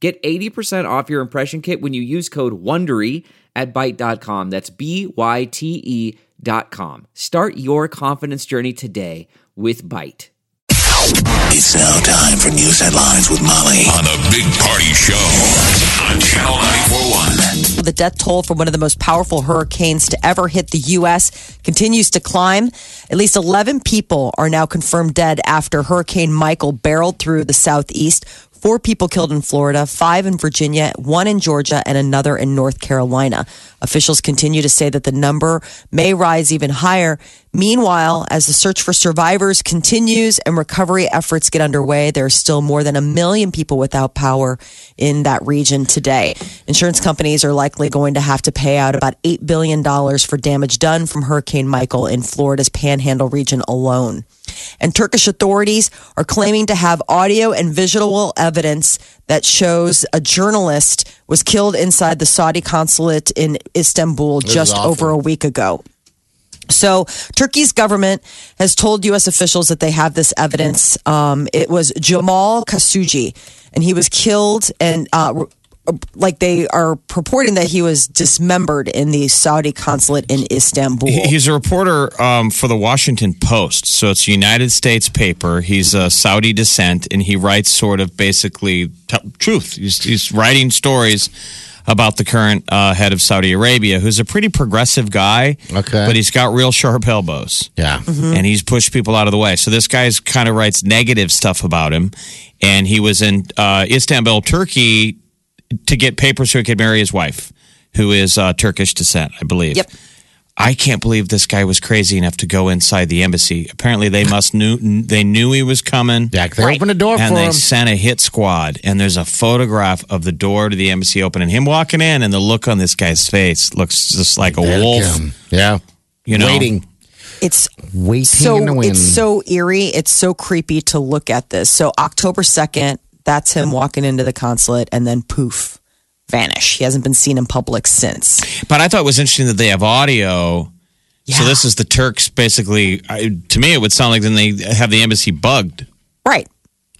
Get 80% off your impression kit when you use code WONDERY at Byte.com. That's b y t e dot com. Start your confidence journey today with Byte. It's now time for news headlines with Molly on the Big Party Show on Channel 941. The death toll from one of the most powerful hurricanes to ever hit the U.S. continues to climb. At least 11 people are now confirmed dead after Hurricane Michael barreled through the southeast. Four people killed in Florida, five in Virginia, one in Georgia, and another in North Carolina. Officials continue to say that the number may rise even higher. Meanwhile, as the search for survivors continues and recovery efforts get underway, there are still more than a million people without power in that region today. Insurance companies are likely going to have to pay out about $8 billion for damage done from Hurricane Michael in Florida's panhandle region alone. And Turkish authorities are claiming to have audio and visual evidence that shows a journalist was killed inside the Saudi consulate in Istanbul is just awful. over a week ago. So, Turkey's government has told U.S. officials that they have this evidence. Um, it was Jamal Khashoggi, and he was killed, and uh, like they are purporting that he was dismembered in the Saudi consulate in Istanbul. He- He's a reporter um, for the Washington Post, so it's a United States paper. He's a Saudi descent, and he writes sort of basically t- truth. He's, he's writing stories about the current uh, head of Saudi Arabia, who's a pretty progressive guy. Okay. but he's got real sharp elbows Yeah. and he's pushed people out of the way. So this guy's kind of writes negative stuff about him, and he was in uh, Istanbul, Turkey, to get papers so he could marry his wife, who is uh, Turkish descent, I believe. Yep. I can't believe this guy was crazy enough to go inside the embassy. Apparently, they must knew they knew he was coming. Jack, they opened the door And for they him. sent a hit squad, and there's a photograph of the door to the embassy open and him walking in, and the look on this guy's face looks just like a Heck, wolf. um, Yeah. You know? Waiting. It's Waiting in the so wind. it's so eerie. It's so creepy to look at this. So October second, that's him walking into the consulate, and then poof, vanish. He hasn't been seen in public since. But I thought it was interesting that they have audio. So Yeah. this is the Turks basically. I, to me, it would sound like then they have the embassy bugged. Right.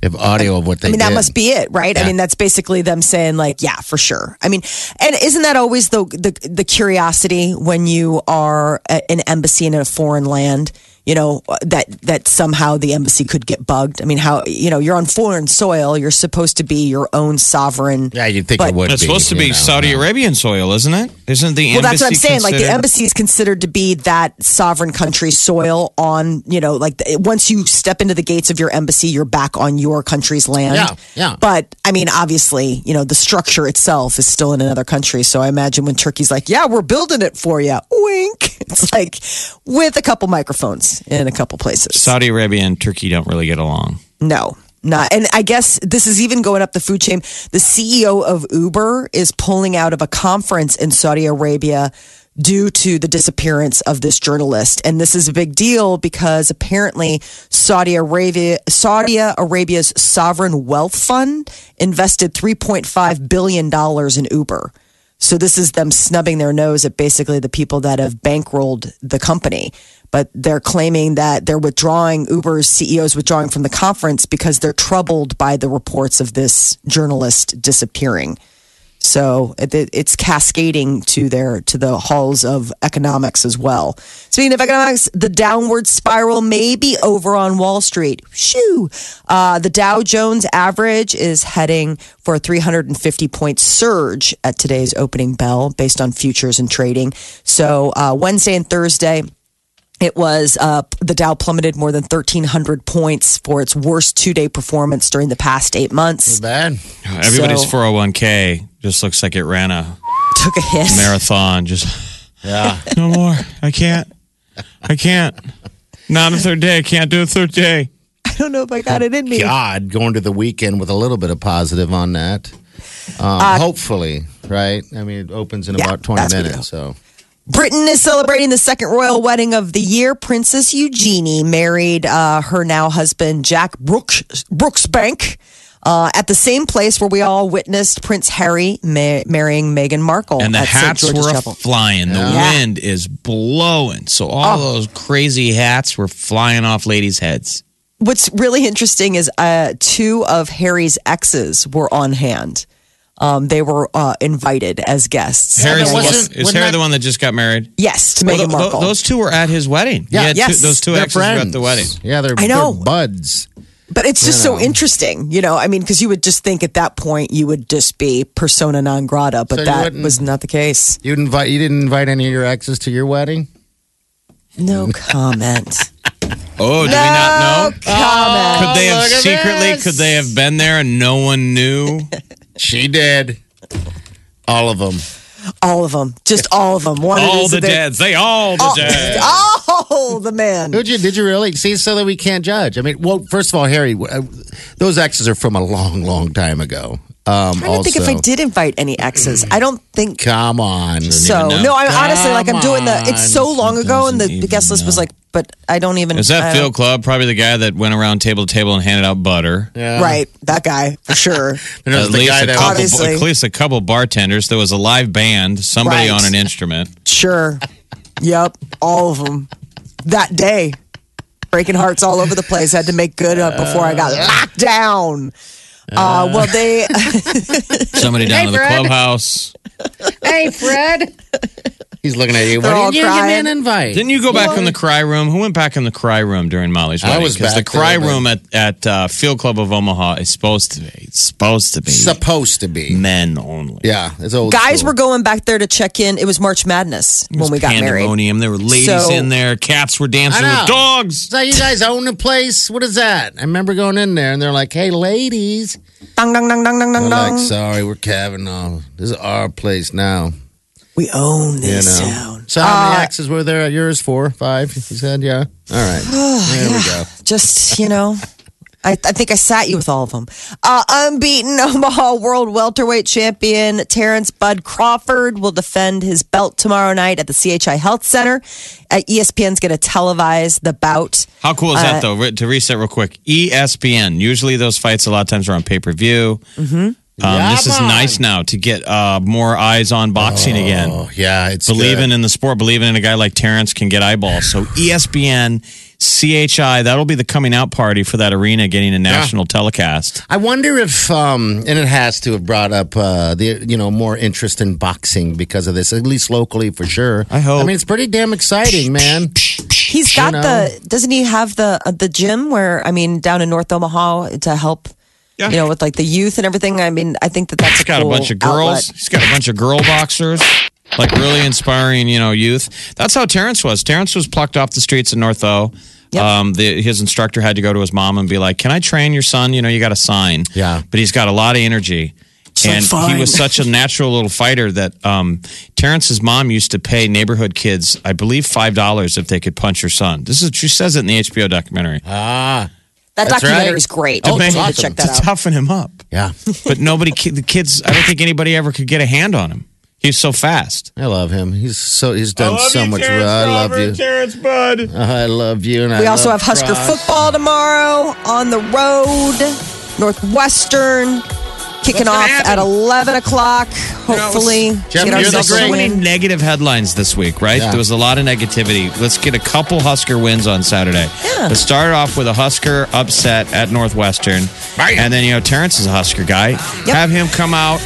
If audio of what they I mean, that did. must be it, right? I Yeah. mean, that's basically them saying, like, yeah, for sure. I mean, and isn't that always the the, the curiosity when you are at an embassy in a foreign land? You know that that somehow the embassy could get bugged. I mean, how you know you're on foreign soil, you're supposed to be your own sovereign. Yeah, you'd think But- it would It's be. supposed to you be know, Saudi no. Arabian soil, isn't it? Isn't the Well, that's what I'm embassy saying. Like the considered- embassy is considered to be that sovereign country soil on, you know, like the, once you step into the gates of your embassy, you're back on your country's land. Yeah, yeah. But I mean, obviously, you know, the structure itself is still in another country. So I imagine when Turkey's like, yeah, we're building it for you, wink, it's like with a couple microphones in a couple places. Saudi Arabia and Turkey don't really get along. No, not. And I guess this is even going up the food chain. The CEO of Uber is pulling out of a conference in Saudi Arabia due to the disappearance of this journalist. And this is a big deal because apparently Saudi Arabia, Saudi Arabia's sovereign wealth fund invested $3.5 billion in Uber. So this is them snubbing their nose at basically the people that have bankrolled the company. But they're claiming that they're withdrawing, Uber's CEO's withdrawing from the conference because they're troubled by the reports of this journalist disappearing. So it, it- it's cascading to their to the halls of economics as well. Speaking of economics, the downward spiral may be over on Wall Street. Shoo! Uh, the Dow Jones average is heading for a 350 point surge at today's opening bell, based on futures and trading. So uh, Wednesday and Thursday. It was uh, the Dow plummeted more than 1,300 points for its worst two day performance during the past eight months. Bad. Everybody's So- 401k just looks like it ran a Took a hit. marathon. Just Yeah. no more. I can't. I can't. Not a third day. I can't do a third day. I don't know if I got it in me. God, going to the weekend with a little bit of positive on that. Um, hopefully, right? I mean, it opens in Uh, Yeah, about 20 that's what minutes. So, Britain is celebrating the second royal wedding of the year. Princess Eugenie married uh, her now husband, Jack Brooks, Brooksbank, uh, at the same place where we all witnessed Prince Harry ma- marrying Meghan Markle. And the at St. hats George's were Chapel. flying. The Yeah. wind is blowing. So all those crazy hats were flying off ladies' heads. What's really interesting is uh, two of Harry's exes were on hand. Um, they were uh, invited as guests. Harry's And I guess- wasn't- is wouldn't Harry that- the one that just got married? yes, to Well, Meghan tho- tho- Markle. those two were at his wedding. He Yeah, had two- yes. those two they're exes were at friends. the wedding. Yeah, they're, I know. they're buds. But it's just so interesting, you know. I mean, because you would just think at that point you would just be persona non grata, but So you that wouldn't- was not the case. You invite you didn't invite any of your exes to your wedding? No comment. Oh, do we not know? comment. Could they have look at secretly? this. Could they have been there and no one knew? She did. All of them. All of them. Just all Oh. of them. One all is the that- dads. They all the All, dads. all the man. Did you, did you really? See, so that we can't judge. I mean, well, first of all, Harry, uh, those exes are from a long, long time ago. Um, I don't think if I also- did invite any exexes, I don't think Come on. so. know. No, I'm honestly like I'm doing the. Come It's so on. long ago, and the, Doesn't the guest even list was know. like, but I don't even. Is I that Phil don't- Club? Probably the guy that went around table to table and handed out butter. Yeah. Right, that guy for sure. And there's At the least, guy a that couple, Obviously. at least a couple bartenders. There was a live band, somebody Right. on an instrument. Sure. yep. All of them. That day. Breaking hearts all over the place. Had to make good up before I got locked down. Uh, well, they Somebody down in the clubhouse. Hey, Fred. He's looking at you. They're all What did you give me crying. an invite? Didn't you go back in the cry room? Who went back in the cry room during Molly's I wedding? was Because the back there, cry but- room at at uh, Field Club of Omaha is supposed to be it's supposed to be Supposed to be. men only. Yeah, it's old. guys school. were going back there to check in. It was March Madness It was when we got married. pandemonium. There were ladies So- in there. Cats were dancing I know. with dogs. So you guys own the place? What is that? I remember going in there and they're like, "Hey, ladies." Dong, dong, dong, dong, dong, They're dong, like, dong. "Sorry, we're Kavanaugh. This is our place now." We own You know. this town. Uh, So how many axes were there at yours? Four, five? You said, yeah. All right. Oh, there we go. just you know I, I think I sat you with all of them. Uh, unbeaten Omaha World Welterweight Champion Terrence Bud Crawford will defend his belt tomorrow night at the CHI Health Center. Uh, ESPN's going to televise the bout. How cool is Uh, that, though? Re- to reset real quick, E ESPN. Usually those fights a lot of times are on pay per view. Mm-hmm. Um, Yeah, this is man. nice now to get uh, more eyes on boxing again. Oh yeah, it's Believing good. in the sport, believing in a guy like Terrence can get eyeballs. So E ESPN, CHI, that'll be the coming out party for that arena getting a national telecast. I wonder if, um, and it has to have brought up uh, the you know more interest in boxing because of this, at least locally for sure. I hope. I mean, it's pretty damn exciting, man. He's got the doesn't he have the uh, the gym where I mean down in North Omaha to help you know with like the youth and everything. I mean I think that that's He's got a cool bunch of girls. outlet. He's got a bunch of girl boxers. Like really inspiring, you know, youth. That's how Terrence was. Terrence was plucked off the streets in North O. Yep. Um, the, his instructor had to go to his mom and be like, "Can I train your son? You know, you got to sign." Yeah. But he's got a lot of energy, and he was such a natural little fighter that um, Terrence's mom used to pay neighborhood kids, I believe, five dollars if they could punch her son. This is she says it in the HBO documentary. Ah, That That's documentary right. is great. Oh, you need it's to awesome. check that to out. toughen him up. yeah. But nobody, ki- the kids, I don't think anybody ever could get a hand on him. He was so fast. I love him. He's so he's done so much. Terrence I love you, Terrence Bud. I love you. And We I also have love Husker Frost. football tomorrow on the road. Northwestern kicking off at 11 o'clock. Hopefully, Jeff, get you're the ourselves a There's so great- many win. negative headlines this week, right? Yeah. There was a lot of negativity. Let's get a couple Husker wins on Saturday. Yeah. Let's start off with a Husker upset at Northwestern. And then, you know, Terrence is a Husker guy. Yep. Have him come out,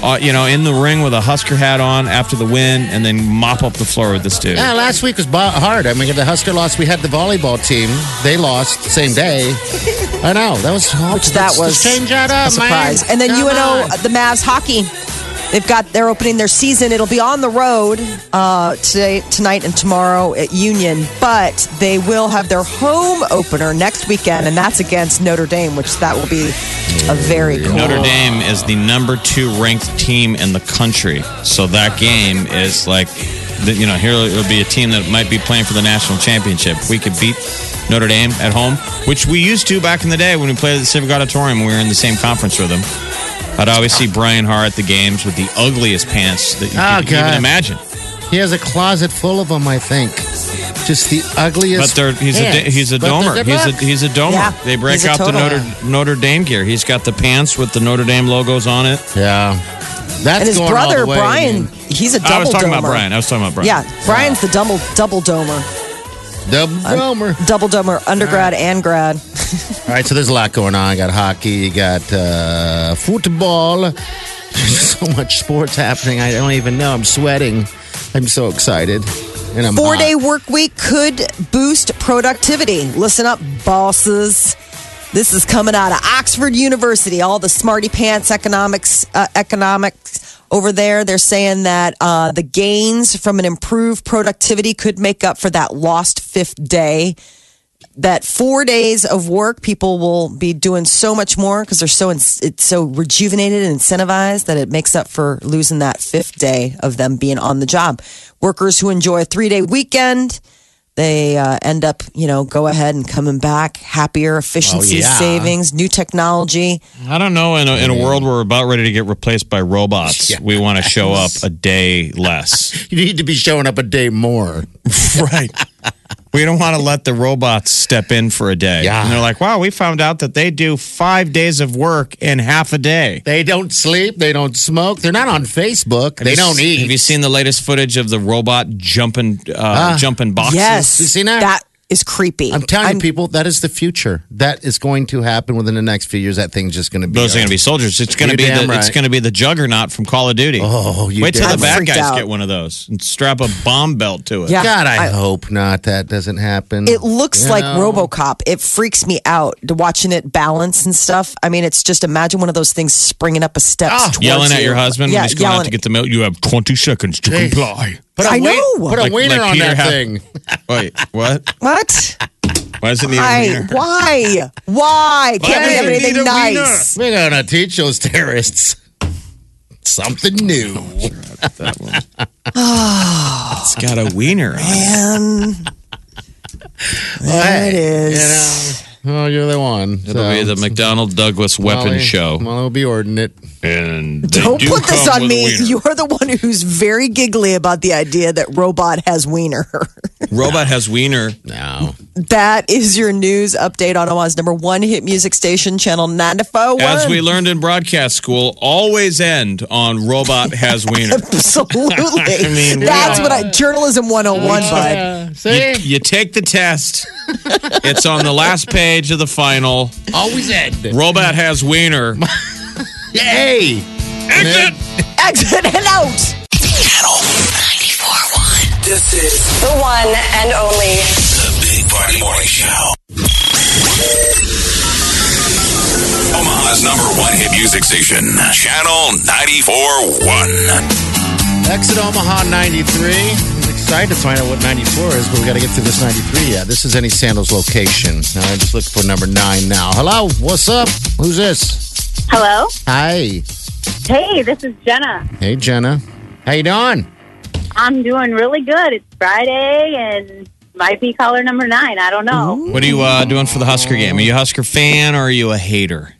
uh, you know, in the ring with a Husker hat on after the win and then mop up the floor with this dude. Yeah, last week was bo- hard. I mean, the Husker lost. We had the volleyball team. They lost the same day. I know that was Which that let's was change that a up, surprise. Man. And then Come UNO, on. the Mavs hockey. They've got they're opening their season. It'll be on the road uh, today, tonight, and tomorrow at Union. But they will have their home opener next weekend, and that's against Notre Dame, which that will be a very cool. Notre Dame is the number two ranked team in the country. So that game is like, the, you know, here it'll be a team that might be playing for the national championship. We could beat Notre Dame at home, which we used to back in the day when we played at the Civic Auditorium. We were in the same conference with them. I'd always see Brian Hart at the games with the ugliest pants that you Oh, could even God. imagine. He has a closet full of them, I think. Just the But ugliest. they're, he's a pants. he's a But domer. they're He's a black. he's a domer. Yeah, they break he's a out the total. Notre Notre Dame gear. He's got the pants with the Notre Dame logos on it. yeah. That's And his going all brother the way, Brian, man. he's a double I was talking about domer. Brian. I was talking about Brian. Yeah, Brian's the double double domer, The Romer. double domer, undergrad and grad. All right, so there's a lot going on. You got hockey, you got uh, football. so much sports happening. I don't even know. I'm sweating. I'm so excited. And I'm Four hot. day work week could boost productivity. Listen up, bosses. This is coming out of Oxford University. All the smarty pants economics, uh, economics over there. They're saying that uh, the gains from an improved productivity could make up for that lost fifth day. That four days of work, people will be doing so much more because they're so in, it's so rejuvenated and incentivized that it makes up for losing that fifth day of them being on the job. Workers who enjoy a three day weekend they uh, end up, you know, go ahead and coming back happier, efficiency Oh, yeah. savings, new technology. I don't know. In a, in a world where we're about ready to get replaced by robots, Yeah. we want to show up a day less. You need to be showing up a day more. right. We don't want to let the robots step in for a day. Yeah. And they're like, wow, we found out that they do five days of work in half a day. They don't sleep. They don't smoke. They're not on Facebook. Have they you don't s- eat. Have you seen the latest footage of the robot jumping uh, Ah. jumping boxes? Yes, You seen that? That is creepy. I'm telling you, people, that is the future. That is going to happen within the next few years. That thing's just going to be. Those are going to be soldiers. It's going to You're be the, damn it's right. going to be the juggernaut from Call of Duty. Oh, you wait till damn right. the bad I'm freaked guys out. get one of those and strap a bomb belt to it. Yeah. God, I, I- hope not. That doesn't happen. it looks You like know? RoboCop. It freaks me out to watching it balance and stuff. I mean, it's just imagine one of those things springing up a steps, Ah, towards Yelling at you. your husband Yeah, when he's going out yelling- to get the milk. You have 20 seconds to Jeez. comply. Put a I win- know. Put a Like- wiener like on Peter that Hap- thing. Wait, what? What? Why does it need a Why? wiener? Why? Why? Can't we does have it need anything a wiener? nice? We're gonna teach those terrorists something new. That one. it's got a wiener on it. And there it is. You know, oh, you're the one. It'll be the McDonald Douglas weapon show. Well, it'll be ordinate. And they Don't do put this come on with a me. wiener. You're the one who's very giggly about the idea that robot has wiener. Robot has wiener. No. that is your news update on Omaha's number one hit music station, Channel 941. As we learned in broadcast school, always end on robot has wiener. Absolutely. I mean, That's yeah. what I, journalism 101, bud. You, See, you take the test. It's on the last page of the final. always end. Robot has wiener. Yay! Exit. Exit and out. Channel 941. This is The one and only. the Big Party Morning Show. Omaha's number one hit music station, Channel 94.1. Exit Omaha 93. I'm excited to find out what 94 is, but we got to get through this 93 yet. This is any Sandals location. All right, just look for number nine now. Hello, what's up? Who's this? Hello. Hi. Hey, this is Jenna. Hey, Jenna. How you doing? I'm doing really good. It's Friday and might be caller number nine. I don't know. What are you uh, doing for the Husker game? Are you a Husker fan or are you a hater?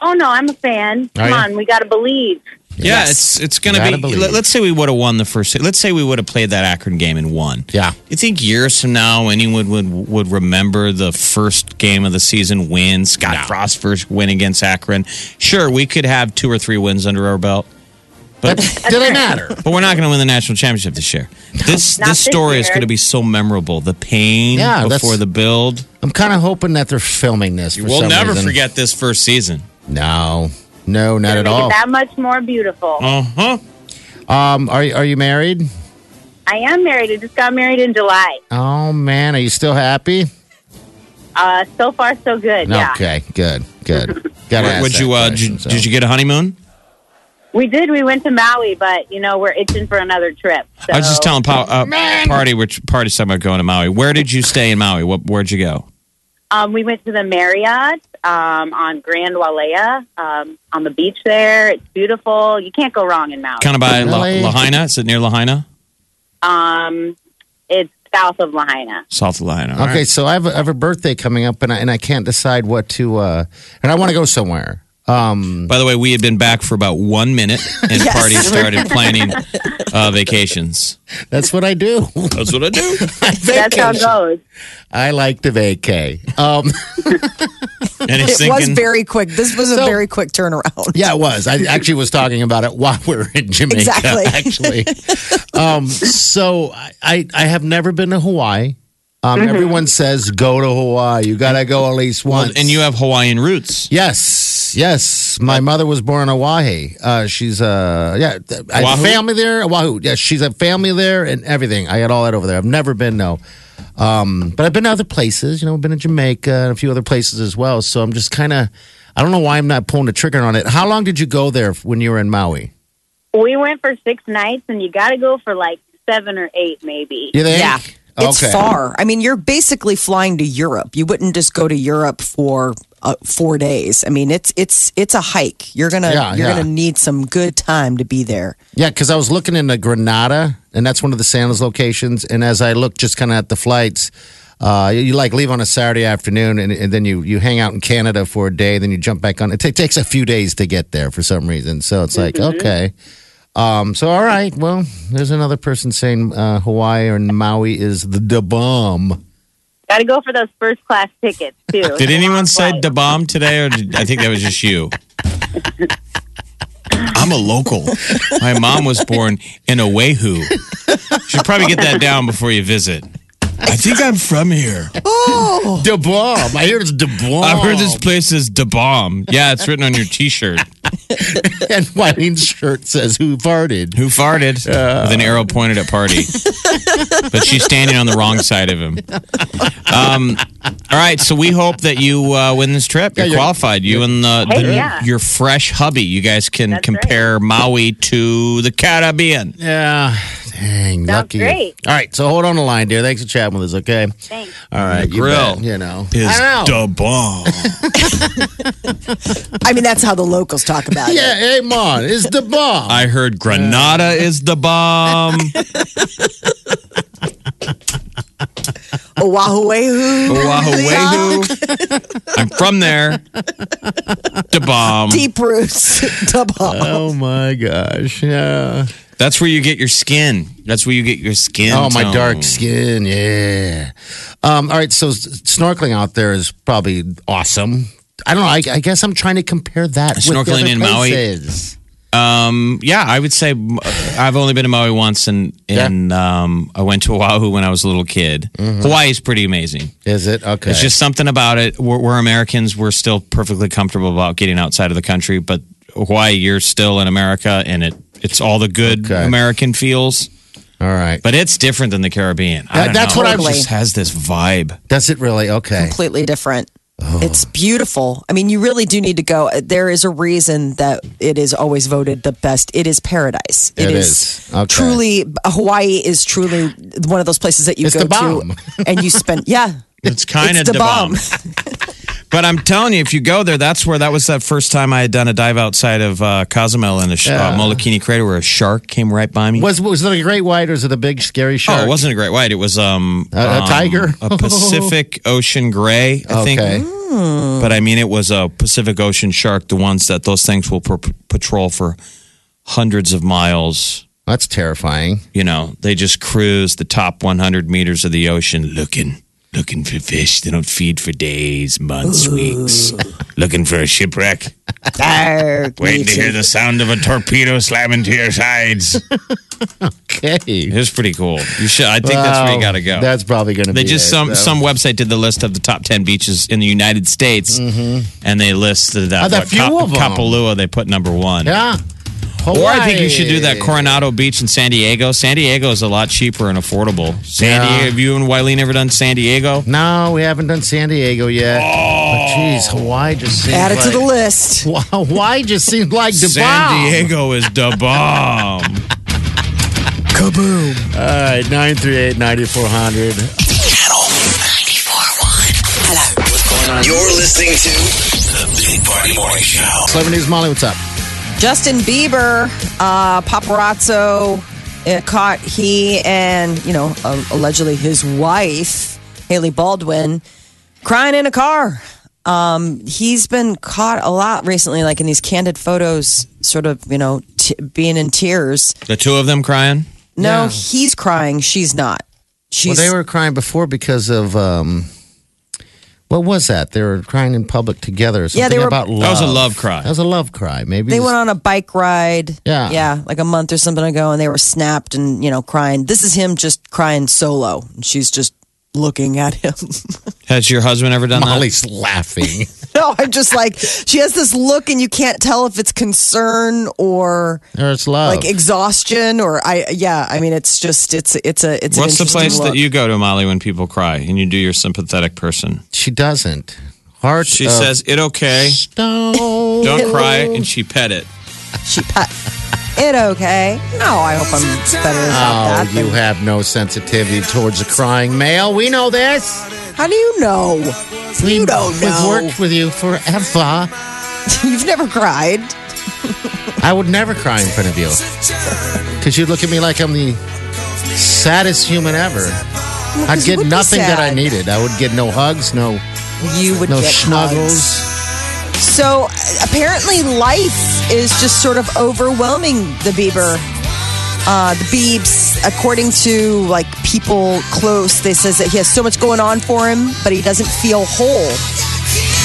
Oh no, I'm a fan. Are Come ya? on, we gotta believe. Yeah, it's it's gonna Gotta be. believe. Let, us say we would have won the first. Let's say we would have played that Akron game and won. Yeah. You think years from now anyone would would remember the first game of the season win? Scott Frost's first win against Akron. Sure, we could have two or three wins under our belt, That, did it matter? but we're not going to win the national championship this year. This Not this this story is year. going to be so memorable. The pain Yeah, that's- before the build. I'm kind of hoping that they're filming this. For We'll some never reason. forget this first season. No, no, not Gonna at make all. it that much more beautiful. Uh huh. Um, are you- are you married? I am married. I just got married in July. Oh man, are you still happy? Uh, so far so good. Yeah. Okay, good, good. Got Would, would you? Uh, did, did you get a honeymoon? We did. We went to Maui, but you know, we're itching for another trip. So. I was just telling pa- uh, party which party's talking about going to Maui. Where did you stay in Maui? What, where'd you go? Um, we went to the Marriott um, on Grand Wailea um, on the beach there. It's beautiful. You can't go wrong in Maui. Kind of by La- Really? Lahaina. Is it near Lahaina? Um, it's south of Lahaina. South Lahaina. all Okay, right. so I have, a, I have a birthday coming up, and I and I can't decide what to. Uh, and I want to go somewhere. By the way, we had been back for about one minute, and Yes. party started planning uh, vacations. That's what I do. That's what I do. That's how it goes. I like to vacay. Um, And he's It was thinking, very quick. This was So- a very quick turnaround. yeah, it was. I actually was talking about it while we were in Jamaica. Exactly. Actually, um, so I, I I have never been to Hawaii. Um, Everyone says go to Hawaii. You gotta go at least once. and you have Hawaiian roots. Yes, yes. My mother was born in Oahu. Uh, she's uh, yeah, th- I have Oahu? family there. Oahu. Yes, she's a family there and everything. I got all that over there. I've never been no, um, but I've been to other places. You know, I've been to Jamaica and a few other places as well. So I'm just kind of, I don't know why I'm not pulling the trigger on it. How long did you go there when you were in Maui? We went for six nights, and you got to go for like seven or eight, maybe. You think? Yeah. It's okay. far. I mean, you're basically flying to Europe. You wouldn't just go to Europe for uh, four days. I mean, it's it's it's a hike. You're gonna Yeah, you're yeah. gonna need some good time to be there. Yeah, because I was looking into Granada, and that's one of the Santa's locations. And as I looked just kind of at the flights, uh, you, you like leave on a Saturday afternoon, and, and then you, you hang out in Canada for a day, then you jump back on. It ta- takes a few days to get there for some reason. So it's like, okay. Um, so, all right, well, there's another person saying uh, Hawaii or Maui is the, the bomb. Got to go for those first class tickets too. It's Did a long anyone say flight. da bomb today, or did, I think that was just you? I'm a local. My mom was born in Oahu. Should probably get that down before you visit. I think I'm from here. The bomb. I hear it's the bomb. I've heard this place is da bomb. Yeah, it's written on your T-shirt. And Wileen's shirt says, Who farted? Who farted? With an arrow pointed at party. but she's standing on the wrong side of him. Um, all right, so we hope that you uh, win this trip. You're, you're- qualified. You and the, Hey, the- yeah. your fresh hubby. You guys can compare Maui to the Caribbean. Yeah. Dang, lucky. great. All right, so hold on the line, dear. Thanks for chatting with us, okay? Thanks. All right, you grill bet, you know. Is I don't da know. bomb. I mean, that's how the locals talk about it. Yeah, hey, man, it's the bomb. I heard Granada is the bomb. Oahu, Oahu. I'm from there. Da bomb. deep roots, double. oh my gosh, yeah. That's where you get your skin. That's where you get your skin. Oh my tone. dark skin, yeah. Um, all right, so s- snorkeling out there is probably awesome. I don't know. I, I guess I'm trying to compare that with the Snorkeling other in Maui? places. Um, yeah, I would say uh, I've only been to Maui once, and and um, I went to Oahu when I was a little kid. Mm-hmm. Hawaii is pretty amazing. Is it okay? It's just something about it. We're, we're Americans. We're still perfectly comfortable about getting outside of the country, but Hawaii, you're still in America, and it it's all the good Okay. American feels. all right. But it's different than the Caribbean. I That- don't that's know. what I It was- just has this vibe. Does it really? Okay. completely different. Oh. It's beautiful. I mean, you really do need to go. There is a reason that it is always voted the best. It is paradise. It is. Okay. truly Hawaii is truly one of those places that you It's go the bomb. to and you spend yeah. It's kind of It's the bomb. But I'm telling you, if you go there, that's where that was that first time I had done a dive outside of uh, Cozumel in a sh- uh, Molokini crater where a shark came right by me. Was was it a great white or is it a big scary shark? Oh, it wasn't a great white. It was um A- a um, tiger? a Pacific Ocean gray. I Okay. think. But I mean, it was a Pacific Ocean shark. The ones that those things will pr- patrol for hundreds of miles. That's terrifying. You know, they just cruise the top 100 meters of the ocean looking. Looking for fish. They don't feed for days, months, weeks. Looking for a shipwreck. Arg, Waiting me to too. hear the sound of a torpedo slamming to your sides. Okay. It was pretty cool. You should. I think that's where you got to go. That's probably going to be. they just it, some so. some website did the list of the top ten beaches in the United States, and they listed Oh, that there are Mm-hmm. few of 'em. Kapalua they put number one. Yeah. Or I think you should do that Coronado Beach in San Diego. San Diego is a lot cheaper and affordable. San Yeah. Diego. Have you and Wileen ever done San Diego? No, we haven't done San Diego yet. But Oh. geez, Hawaii just seems Add it to the like- list. Wow, Hawaii just seems like the bomb. San Diego is the bomb. All right, 938 9400. Channel 94.1. Hello. You're listening to the Big Party Morning Show. Celebrities, Molly, what's up? Justin Bieber, uh, paparazzo uh, caught he and you know uh, um, allegedly his wife Haley Baldwin crying in a car. Um, he's been caught a lot recently, like in these candid photos, sort of, you know, t- being in tears. The two of them crying. No, Yeah. he's crying. She's not. Well, She's they were crying before because of um, what was that? They were crying in public together. Something Yeah, they were- about love. That was a love cry. That was a love cry. Maybe They just- went on a bike ride. Yeah. Yeah, like a month or something ago, and they were snapped and, you know, crying. This is him just crying solo. And she's just looking at him. Has your husband ever done that? Molly's laughing. no, I'm just like, she has this look, and you can't tell if it's concern or There's love. like exhaustion or I, yeah, I mean, it's just, it's, it's a, it's an What's the interesting place look. that you go to, Molly, when people cry and you do your sympathetic person? she doesn't. Heart. She Oh. of says, "It okay, stone. don't cry," and she pet it. She pet. It okay. No, I hope I'm better about Oh, that. you than- have no sensitivity towards the crying male. We know this. How do you know? We, You don't know. We've worked with you forever. You've never cried. I would never cry in front of you. Because you'd look at me like I'm the saddest human ever. I'd 'cause you get would be nothing that I sad. needed. I would get no hugs, no You would no get hugs. snuggles. So uh, apparently, life is just sort of overwhelming the Bieber, uh, the Biebs. According to like people close, they says that he has so much going on for him, but he doesn't feel whole.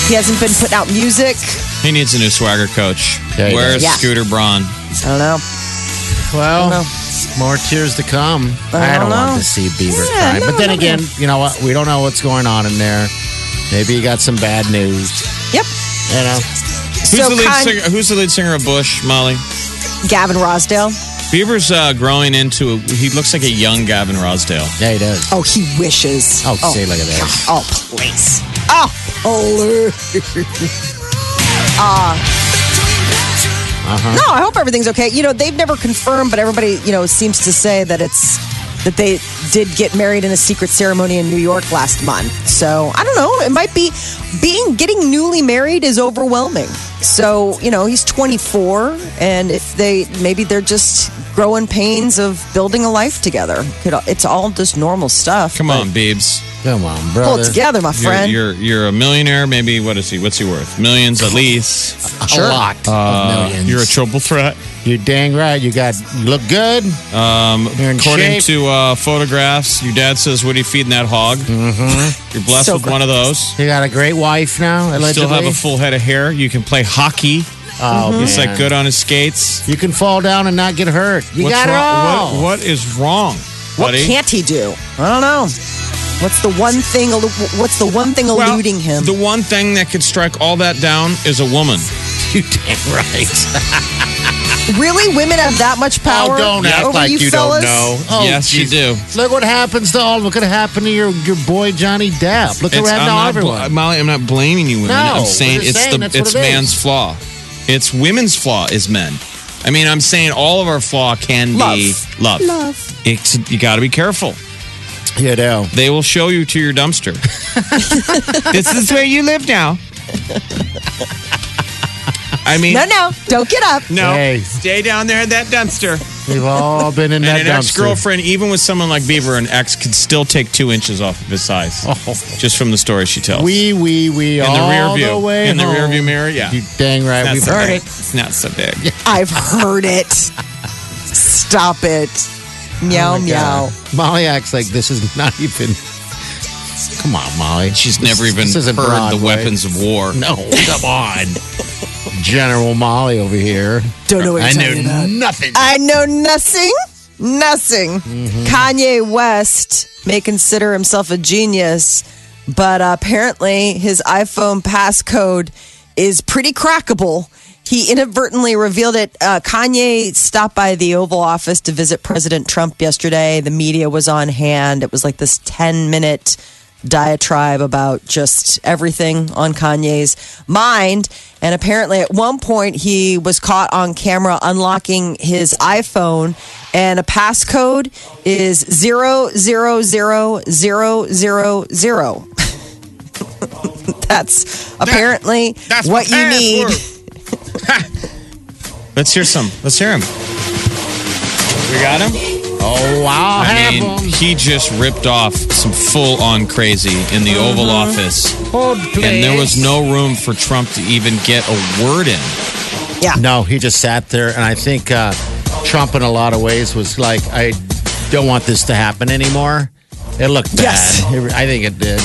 He hasn't been putting out music. He needs a new swagger coach. Yeah, he Where's does. Yeah. Scooter Braun? I don't know. Well, know. more tears to come. I don't don't know. want to see Beaver Yeah, cry. no, But then no, no. again, you know what? We don't know what's going on in there. Maybe you got some bad news. Yep. You know? Who's so the lead Con- singer? Who's the lead singer of Bush, Molly? Gavin Rosdale. Bieber's uh, growing into. A, he looks like a young Gavin Rosdale. Yeah, he does. Oh, he wishes. Oh, see, look at that. Oh, please. Oh, please. Uh, No, I hope everything's okay. You know, they've never confirmed, but everybody, you know, seems to say that it's that they did get married in a secret ceremony in New York last month. So I don't know. It might be being getting newly married is overwhelming. So you know, he's 24, and if they maybe they're just growing pains of building a life together. Could- It's all just normal stuff. Come on, Biebs. Come on, pull brother. it together, my You're, friend. you're you're a millionaire. Maybe what is he? What's he worth? Millions at least. A lot Uh, of 1000000s You're a triple threat. You're dang right. You got you look good. Um, You're in according shape. to uh, photographs, your dad says, "What are you feeding that hog?" You're blessed So with one of those. You got a great wife now. You Allegedly. Still have a full head of hair. You can play hockey. Oh, He's man. like good on his skates. You can fall down and not get hurt. You What's got it all. wrong? What, what is wrong, what buddy? can't he do? I don't know. What's the one thing? What's the one thing Well, eluding him? The one thing that could strike all that down is a woman. You damn right. really, women have that much power? Oh, don't act over like you, fellas? don't know. Oh, yes, you geez. do. Look what happens to all. Look what happened to your your boy Johnny Depp. Look It's- what I'm happened to not, bl- everyone. Molly, I'm not blaming you women. No, I'm saying we're just it's saying the that's what it's it is. man's flaw. It's women's flaw is men. I mean, I'm saying all of our flaw can be love. Love. It's, you got to be careful. you know. They will show you to your dumpster. this is where you live now. I mean, No, no, don't get up. no. Hey. Stay down there in that dumpster. We've all been in that and an dumpster. ex girlfriend, even with someone like Beaver, an ex could still take two inches off of his size. Just from the story she tells. Oh. We we we in the all rear view. the way in the home. rear view mirror, yeah. You dang right. Not We've so heard big. it. It's not so big. I've heard it. Stop it. Meow, Oh my meow. God. Molly acts like this is not even. Come on, Molly. She's This- never even this heard isn't Broadway. the weapons of war. No, come on. General Molly over here. Don't know what you're I talking knew about. nothing. I know nothing. Nothing. Kanye West may consider himself a genius, but apparently his iPhone passcode is pretty crackable. He inadvertently revealed it. Uh, Kanye stopped by the Oval Office to visit President Trump yesterday. The media was on hand. It was like this 10 minute diatribe about just everything on Kanye's mind. And apparently, at one point, he was caught on camera unlocking his iPhone, and a passcode is zero zero zero zero zero zero. That's apparently what you need. Let's hear some. Let's hear him. We got him. Oh, I'll I have mean, them. he just ripped off some full on crazy in the Oval Office. And there was no room for Trump to even get a word in. Yeah. No, he just sat there, and I think uh, Trump, in a lot of ways, was like, "I don't want this to happen anymore." It looked bad. Yes. It- I think it did.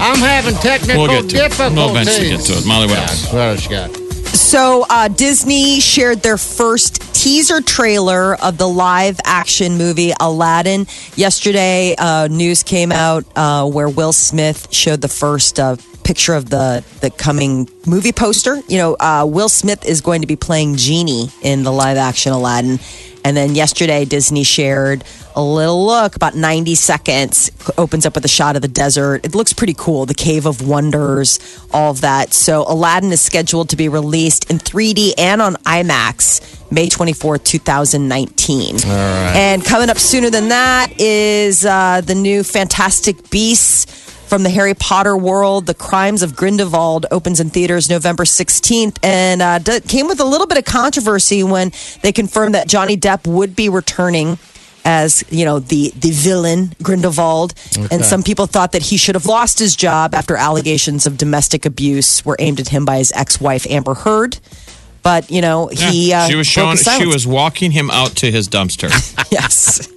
I'm having technical We'll get to it. difficulties. We'll eventually get to it. Molly, what Yeah, else? What else you got? So uh, Disney shared their first teaser trailer of the live action movie Aladdin. Yesterday, uh, news came out uh, where Will Smith showed the first uh, picture of the, the coming movie poster. You know, uh, Will Smith is going to be playing Genie in the live action Aladdin. And then yesterday, Disney shared a little look, about 90 seconds, opens up with a shot of the desert. It looks pretty cool, the Cave of Wonders, all of that. So Aladdin is scheduled to be released in 3D and on IMAX May 24th, 2019. And coming up sooner than that is uh, the new Fantastic Beasts from the Harry Potter world. The Crimes of Grindelwald opens in theaters November 16th and uh, d- came with a little bit of controversy when they confirmed that Johnny Depp would be returning as you know the the villain Grindelwald and some people thought that he should have lost his job after allegations of domestic abuse were aimed at him by his ex-wife Amber Heard but you know he uh, she was broke showing. his She silence. was walking him out to his dumpster, yes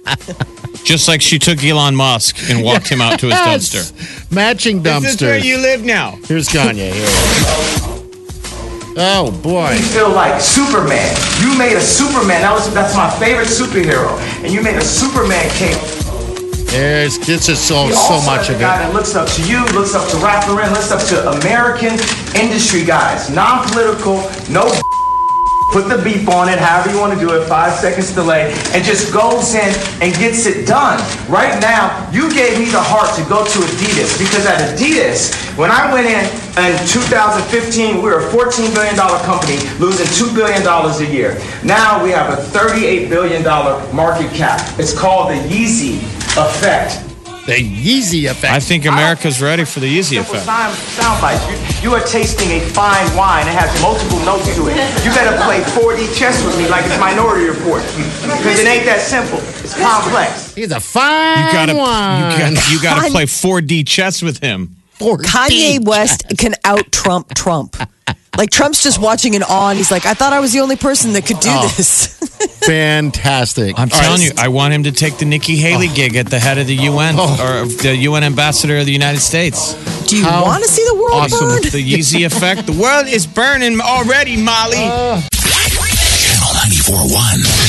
just like she took Elon Musk and walked him out to his dumpster. Matching dumpster. live now. Here's Kanye. Here. Oh boy. feel like Superman. You made a Superman. That was that's my favorite superhero, and you made a Superman king. There's this is so He so also much of is a guy it. that looks up to you, looks up to rapper and looks up to American industry guys, non-political, no. Put the beep on it, however you want to do it, five seconds delay, and just goes in and gets it done. Right now, you gave me the heart to go to Adidas because at Adidas, when I went in in 2015, we were a $14 billion company losing $2 billion a year. Now we have a $38 billion market cap. It's called the Yeezy effect. The Yeezy effect. I think America's ready for the easy Simple effect. sound, sound bites. You, you are tasting a fine wine. It has multiple notes to it. You better play 4D chess with me like it's Minority Report. Because it ain't that simple. It's complex. He's a fine You gotta, you one. gotta, you gotta Fine. play 4D chess with him. 4D. Kanye West can out Trump Trump. Like Trump's just watching in awe, and he's like, "I thought I was the only person that could do Oh. this." Fantastic. I'm All right, Oh. telling you, I want him to take the Nikki Haley gig at the head of the UN or the UN ambassador of the United States. Do you How want to see the world awesome burn? The Yeezy effect. The world is burning already, Molly. Oh. Channel 941.